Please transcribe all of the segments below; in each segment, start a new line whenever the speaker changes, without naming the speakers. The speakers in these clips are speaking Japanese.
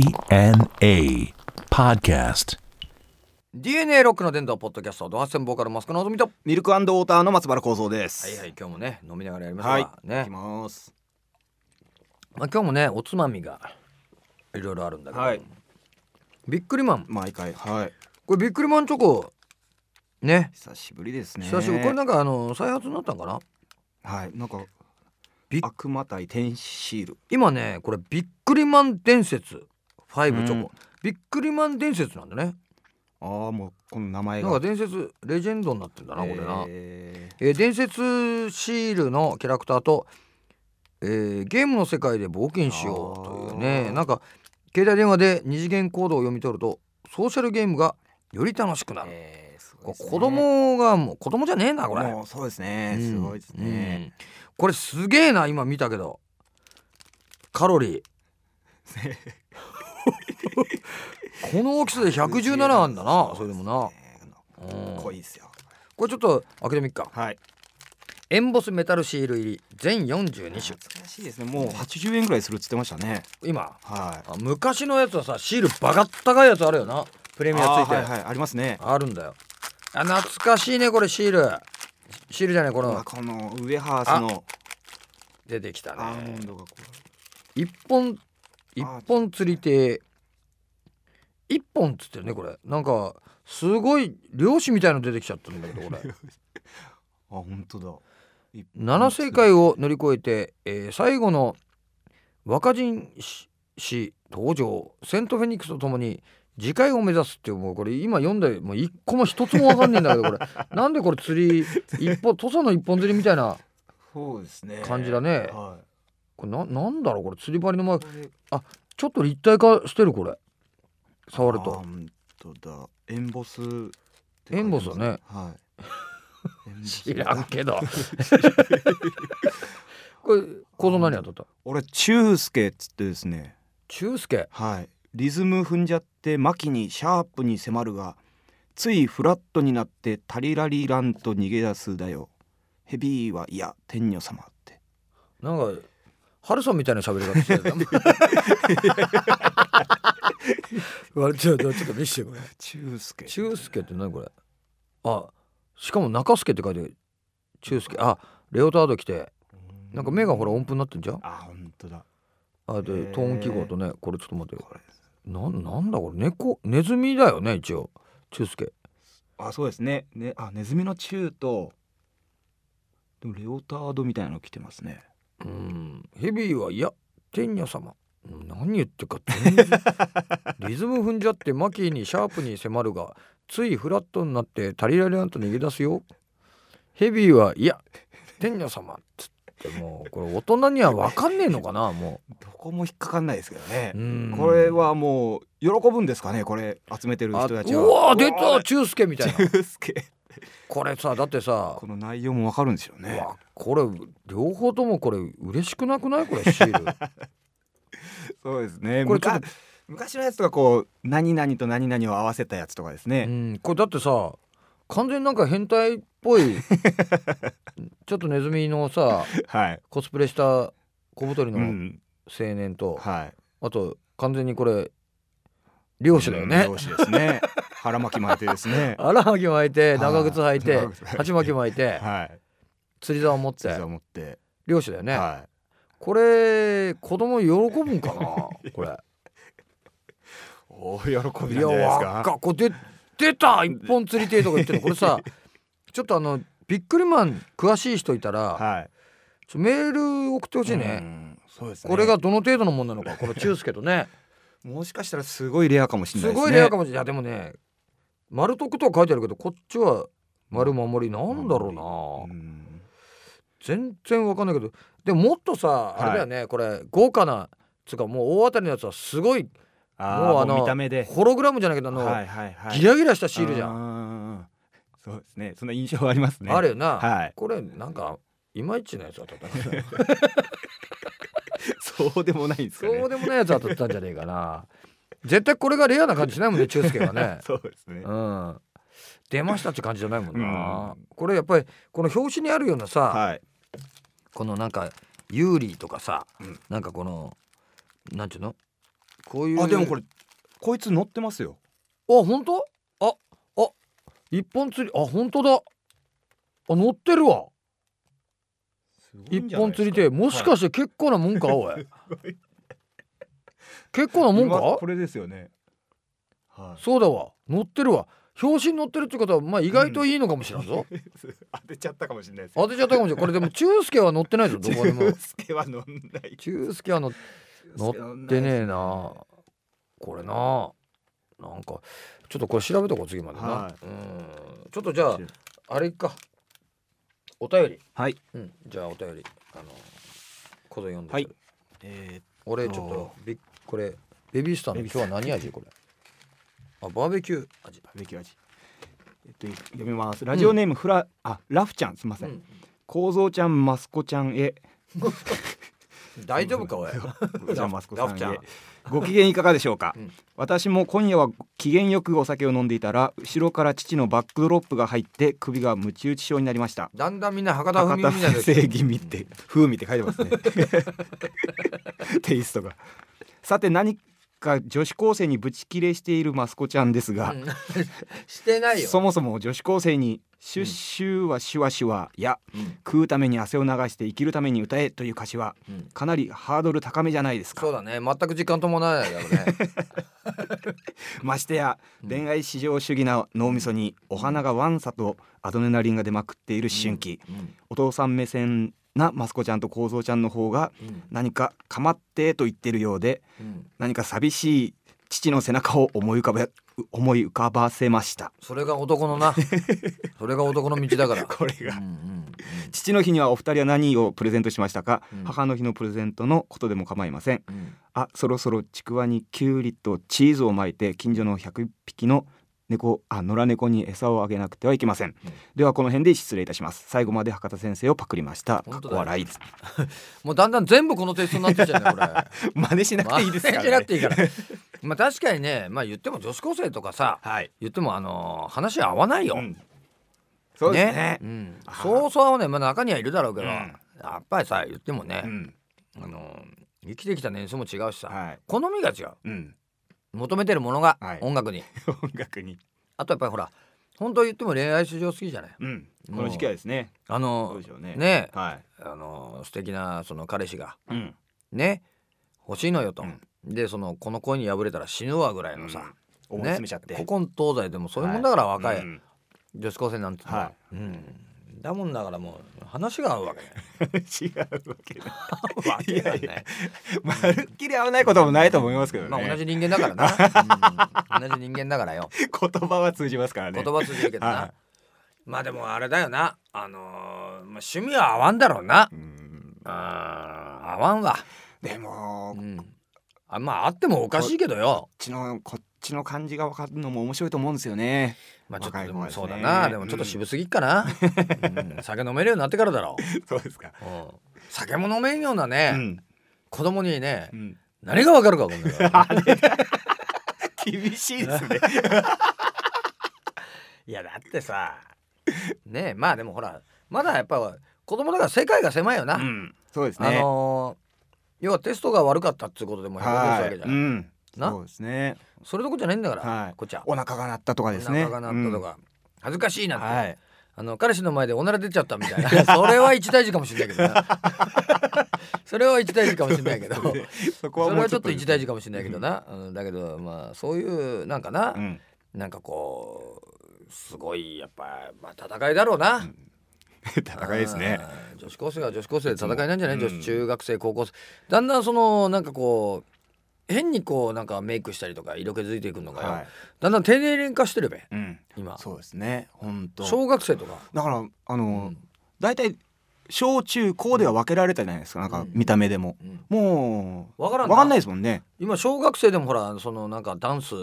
DNA Podcast.
DNA ロックの伝道ポッドキャストドハセンボーカルマスクのぞみとは
ミルクウォーターの松原幸三です。
いはい今日もね飲みながらやりましょう
はい。
かね
いきます。
まあ、今日もねおつまみがいろいろあるんだけど、
はい
ビックリマン
毎回。はい。
これビックリマンチョコね
久しぶりですね。
久しぶりこれなんかあの再発になったんかな
はい。なんか
びっ
悪魔対天使シール。
今ねこれビックリマン伝説5チョコ、
うん
ビックリマン伝説なんだね
ああもうこの名前
な
が。
んか伝説レジェンドになってんだなこれな、
えー
えー伝説シールのキャラクターと、えーゲームの世界で冒険しようというね
あー
なんか携帯電話で二次元コードを読み取るとソーシャルゲームがより楽しくなる、
えーす
こ
ごいですね
子供がもう子供じゃねえなこれ、
もうそうですね。
うん
すごいですね。
うんこれすげえな今見たけどカロリーこの大きさで117あんだ なそれでもな、
そうですね
うん
濃いですよ。
これちょっとアカデミックか
はい。
エンボスメタルシール入り全42種
懐かしいですね。もう80円ぐらいするっつってましたね。
今
はい。
あ昔のやつはさシールバカ高いやつあるよなプレミアついて
あ
あ,、
ーはいはいありますね。
るんだよあ懐かしいねこれシールシールじゃないこ
まあ
の
このウエハースの
出てきた
アーモ
ね
ンドがこ
一本一本釣りて一本っつってるねこれなんかすごい漁師みたいの出てきちゃったんだけどこれ
う。あ本当だ。い
七世界を乗り越えて、えー最後の若人し氏登場セント・フェニックスとともに次回を目指すっていうもうこれ今読んでもう一個も一つも分かんねえんだけどこれ なんでこれ釣り一本土佐の一本釣りみたいな
そうですね。
感じだね
は
これななんだろうこれ釣り針の前
い。
ちょっと立体化してるこれ触
あ
ると
本当だ。エンボスって書いてます。
エンボスだね
はい。エンボス
知らん。けどこれ構造何やっとった
俺チュースケっつってですね。
中介
はい。リズム踏んじゃって巻きにシャープに迫るが、ついフラットになってタリラリランと逃げ出すだよ。ヘビーはいや天女様って。
なんか春さんみたいな喋り方して るわちょちょちょっと見してこれ
チュースケ。
中介って何これあしかも中介って書いてる中介あレオタード着てなんか目がほら音符になってんじゃん
あ本当だ。
あで
へー
トーン記号とねこれちょっと待ってよ
これ。
なんなんだこれ猫ネズミだよね一応中介
あそうですねねあネズミのチューとでもレオタードみたいなの着てますね
うんヘビーはいや天女様何言ってるか全 然リズム踏んじゃってマキーにシャープに迫るがついフラットになってタリラリアンと逃げ出すよヘビーはいや天女様っつってもうこれ大人には分かんねえのかなも
どこも引っかかんないですけどね
ううん
これはもう喜ぶんですかねこれ集めてる
あ
人
うわ
たちは
ー出た中介みたいな
チュー スケ
これさだってさ
この内容もわかるんですよね
うわこれ両方ともこれ嬉しくなくないこれシール
そうですね
これちょっと
昔昔のやつとかこう何々と何々を合わせたやつとかです
う
ね、
ん、これだってさ完全になんか変態っぽい ちょっとネズミのさ
はい、
コスプレした小太り
う
の青
ん、
年と、
はい
あと完全にこれ漁師だよね
うん漁師ですね腹巻き巻いてです ね
荒はぎ巻いて長靴履いて
長靴履いて
鉢巻き巻いて
はい
釣り竿持っ
実
て
は持って、
漁師だよね、
はい
これ子供喜ぶんかな これ
大喜びな
い
んじゃないです
や
か
わっかこれで出た一本釣りてえとか言ってるのこれ さちょっとあのビックリマン詳しい人いたら、
はい
ちょメール送ってほしいね、
うんそうですね。
これがどの程度のものなのかこのチュースケとね
もしかしたらすごいレアかも しれない
す
です
ご
ね。
いレアかもしれないいやでもね丸得とは書いてあるけどこっちは丸守りなんだろうな、
うん
全然わかんないけどでももっとさ
い
あれだよね、これ豪華なつうかもう大当たりのやつはすごい
あ
も
も
う
う
あ
あ
の
の見た目で
ホログラムじゃないけどあの、
はいはいはい。
ギラギラしたシールじゃんあ,、
ん。そうですね。そんな印象はありますね。
るよな、
はい。
これなんかいまいちなやつ当たったな
そうでもないんですか
そう
ね。
でもないやつ当たったんじゃねえかな絶対これがレアな感じしないもんねチュースケは ね
そうですね。
うん、出ましたって感じじゃないもんな、
う
これやっぱりこの表紙にあるようなさ、
はい。
このなんか有利とかさ、
うん
なんかこのなんていうのこういう
あでもこれこいつ乗ってますよ
あ本当ああ一本釣りあ本当だあ乗ってるわ一本釣りってもしか
し
して結構なもんか、おい結構なもんか
これですよね はい
そうだわ乗ってるわ表紙に載ってるってことはまあ意外といいのかもしれんぞ、
当てちゃったかもしれないです
当てちゃったかもしれんこれでも中介は乗ってないぞどこに も
スケは乗んない
中介は乗っ乗ってねえなこれななんかちょっとこれ調べとこう次までな、
は
うんちょっとじゃああれかお便り
はい
うんじゃあお便りあのこぞ読んで、
はいえ
俺ちょっとびっこれベビースターの今日は何味これあバーベキュー味
ー、ベキュー味えっと読みますラジオネームフラ、あラフちゃんすみません構造、ちゃんマスコちゃんへ
大丈夫かお い
じゃあマスコさ
ラ
ん
フちゃん
へご機嫌いかがでしょうか、
うん
私も今夜は機嫌よくお酒を飲んでいたら後ろから父のバックドロップが入って首がムチ打ち症になりました
だんだんみんな博多風味
博多
みたいな
風正気味って風味って書い てますねテイストがさて何か女子高生にブチキレしているマスコちゃんですが、
うん してないよ
そもそも女子高生に「シュッシュはシュワシュワ」や
うん
「食うために汗を流して生きるために歌え」という歌詞は
うん
かなりハードル高めじゃないですか
そうだね全く時間伴わないだろ うね
ましてや
うん
恋愛至上主義な脳みそにお花がわんさとアドレナリンが出まくっている思春期、
うん
お父さん目線なマスコちゃんと構造ちゃんの方が
うん
何か「かまって」と言ってるようで
うん
何か寂しい父の背中を思い浮かべ思い浮かばせました
それが男の なそれが男の道だから
これが
うんうん
父の日にはお二人は何をプレゼントしましたか、
うん
母の日のプレゼントのことでも構いません
うんうん
あそろそろちくわにきゅうりとチーズを巻いて近所の100匹の猫あ野良猫に餌をあげなくてはいけません、ではこの辺で失礼いたします最後まで博多先生をパクりましたか
本
っ
当だよ
こ笑い
もうだんだん全部このテイストになってきちゃうねこれ
真似し なくていいです から、
真似しな
ね
く、ていいからまあ確かにねまあ言っても女子高生とかさ
はい、
言ってもあのー話合わないよ、
うんそうですね
うん
あ、ー
そうそうはね、まあ、中にはいるだろうけど、
うん
やっぱりさ言ってもね、
うん
あのー生きてきた年数も違うしさ、
はい、
好みが違う
うん、
求めてるものが、
はい
音楽に
音楽に、
あとやっぱりほら本当言っても恋愛市場好きじゃない
うん、この時期はですね
あ
どう
の
でしょうね
ね
は
あの素敵なその彼氏が
い、うん、
ね欲しいのよと、
うん
でそのこの恋に破れたら死ぬわぐらいのさ、
思い
ね
詰めちゃって、
古今東西でもそういうもんだから若い、
うん
女子高生なんてのは、
は
うん、だもんだからもう話が合うわけない
違うわけだ
合うわけがない
いやいまるっきり合わないこともないと思いますけどね、
まあ同じ人間だからな、うん同じ人間だからよ
言葉は通じますからね
言葉通じるけどな、
はい
まあでもあれだよなあのーまあ、趣味は合わんだろうな
うん
あー合わんわ、
でも
う
こっ
ん、あまああってもおかしいけどよ
ちのこっちの感じが分かるのも面白いと思うんですよね
まあちょっと
若い
で
子は
も
です
そ
ね
うだなでもちょっと渋すぎっかな、うん酒飲めるようになってからだろ
そうですか
う、うん酒も飲めんような
う
ね、
ん、
子供にね
うん、
何がわかるかこんなの
厳しいですね
いやだってさねえまあでもほらまだやっぱ子供だから世界が狭いよな、
うんそうですね
あのー要はテストが悪かったっていうことでもうへこんでるわ
はい
けじゃ
う
ない、
ん
な
そうですね
それどころじゃないんだから、
はい
こっちは
お腹が鳴ったとかです
お
ね
腹が鳴ったとか、恥ずかしいな
うん
て、
んはい
あの彼氏の前でおなら出ちゃったみたいなそれは一大事かもしれないけど なそれは一大事かもしれないけどそれ
そこはも
は
う
ちょっと一大事
か
かもしれないけどな、うん、だけどまあそういうなんかな、
うん
なんかこうすごいやっぱ、まあ、戦いだろうな、
戦いですね
うん女子高生は女子高生で戦いなんじゃない、
いつも
女
うん
子中学生高校生だんだんそのなんかこう変にこうなんかメイクしたりとか色気づいていくのがよ、
はい
だんだん丁寧化してるべ
うん
今
そうですね本当
小学生とか、
だからあ
う
の
ん
大体小中高では分けられたじゃないですかなんか見た目でも
うん
もう
わからんな
わかんないですもんね
今小学生でもほらそのなんかダンス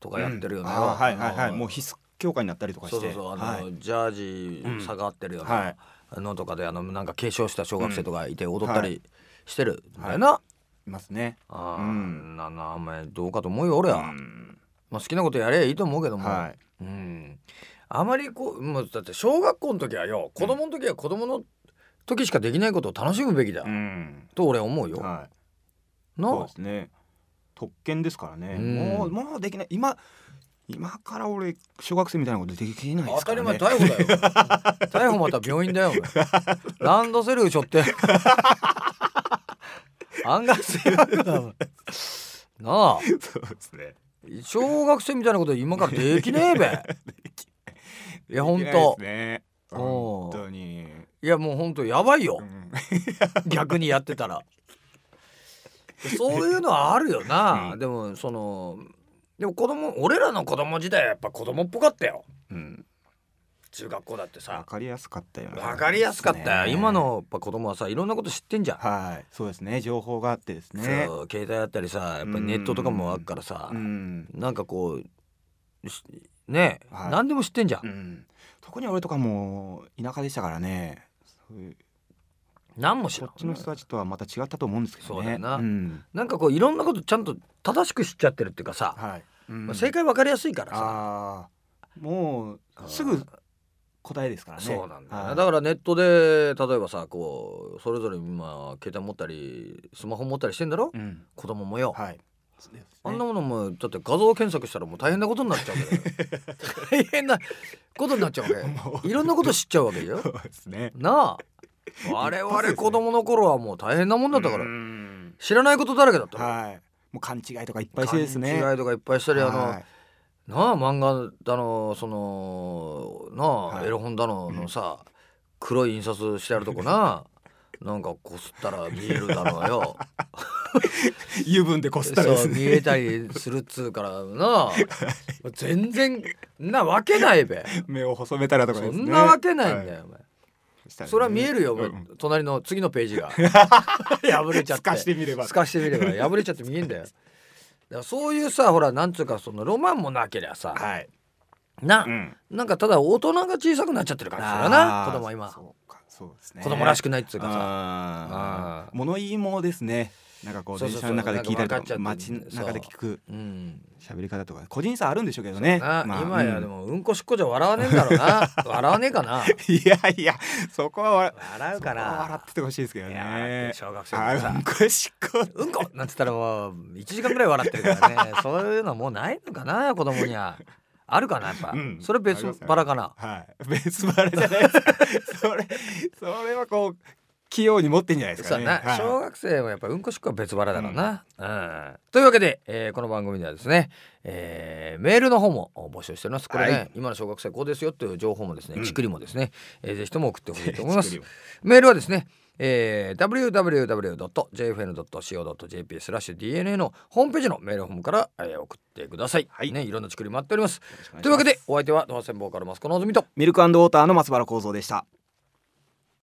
とかやってるよね、
うんあーはいはいは
あ
い
の
もう必須教科になったりとか
そ
し
うそ
て
うそうあの、
はい
ジャージ下がってるよう
は
ないのとかであのなんか継承した小学生とかいて踊った
は
りしてるんだよな、
いますね
あー
うん
ななお前どうかと思うよ俺は、
うん
まあ、好きなことやればいいと思うけども、
はい
うん、あまりこうもうだって小学校の時はよ子供の時は子供の時しかできないことを楽しむべきだ、
うん
と俺は思うよ、
はい
な
そう
あ
ですね特権ですからね、
うん
もうもうできない今今から俺小学生みたいなことできないで
当
すか
たり
ら
前
ね
逮捕だよ 逮捕また病院だよお前ランドセルしょ ってアンガスヤングだもんなあ
そうですね
小学生みたいなこと今からでき ねえべいやほん
できないで
と
すね
おう
本当に、
いやもうほんとやばいよ
うん
逆にやってたらそういうのはあるよな、
うん
でもそのでも子供俺らの子供時代はやっぱ子供っぽかったよ
うん、
中学校だって
分
さ
かりやすかったよね
分かりやすかったよ
ね
今のやっぱ子供はさいろんなこと知ってんじゃん、
はいそうですね情報があってですね
そう携帯だったりさやっぱりネットとかもあるからさ、
うん、
なんかこうしねえ、
はい
何でも知ってんじゃん
う、ん、特に俺とかもう田舎でしたからねそういう
何も知ら
こ
ん
っちの人たちとはまた違ったと思うんですけど
そ
ね
うだよなんなんかこういろんなことちゃんと正しく知っちゃってるっていうかさ、
はい、うん
まあ正解分かりやすいからさ、
あーもうすぐ答えですからね
そうなんだよね、
はい
だからネットで例えばさこうそれぞれ今携帯持ったりスマホ持ったりしてんだろ、
うん
子供もよ、
はいそうですね
あんなものもだって画像検索したらもう大変なことになっちゃうわけだよ大変なことになっちゃうわ
も
けいろんなこと知っちゃうわけよ
そうですね
なあ我
一発
々
ですね
子供の頃はもう大変なもんだったから
うん
知らないことだらけだったから
はいもう勘違いとかいっぱいしてですね
勘違いとかいっぱいしたりあの、
はい
なあ漫画だのそのなあ、
はい
エロ本だののさ、黒い印刷してあるとこななんかこすったら見えるだろうよ
油分 でこすったらで
そ
す
う見
ね
えたりするっつうからなあ全然んなわけないべ、
目を細めたらとか
そ
ですね
んなわけないんだよ、お前
はい
それは見えるよ、お前
うん
隣の次のページが破れちゃって
透かしてみれば
透かしてみれ ば破れちゃって見えんだよだからそういうさほらなんつうかそのロマンもなけりゃさ、
はい
な、
うん
なんかただ大人が小さくなっちゃってる感じするよな
あー
子供は今
そうかそうですね
子供らし
く
くないっつうかさ
あ
あ
ー物言いもですねなんかこう
そう
電
そうそ
車
う
の中で聞いたり
なん
と
か分かっちゃっ
か
て
街の中で聞く
うん
喋り方とか個人差あるんでしょうけどね
な、
まあ
今や
うん
でもうんこしっこじゃ笑わねえんだろう な笑わねえかない
やいやそこは笑
笑うか
そこは笑
な
っててほしいですけど
いやだっ
ね
て小学生
あ
の
う
さ
んこしっこ
うんこなんつったらもう1時間ぐらい笑ってるから ねそういうのもうないのかな子供にはあるかなやっぱ、
うん
それ別腹かな
はいベースバラじゃないですかそれそれはこう器用に持ってんじゃないです
そう
かね
だな、
はい
小学生はやっぱうんこしっこは別腹だからな、うんというわけで、えーこの番組ではですね、えーメールの方も募集しておりますこれね、
はい
今の小学生こうですよという情報もですね、
うん
ちくりもですね、えーぜひとも送ってほしいと思いま
ち
す
くり
メールはですね、えー www.jfn.co.jp スラッシュ DNA のホームページのメールフォームから、えー送ってください、
はい
ね、いろんなちくり待っております
よろしくお願いします
というわけでお相手は当選ボーカルマスコのおずみと
ミルクウォーターの松原幸三でした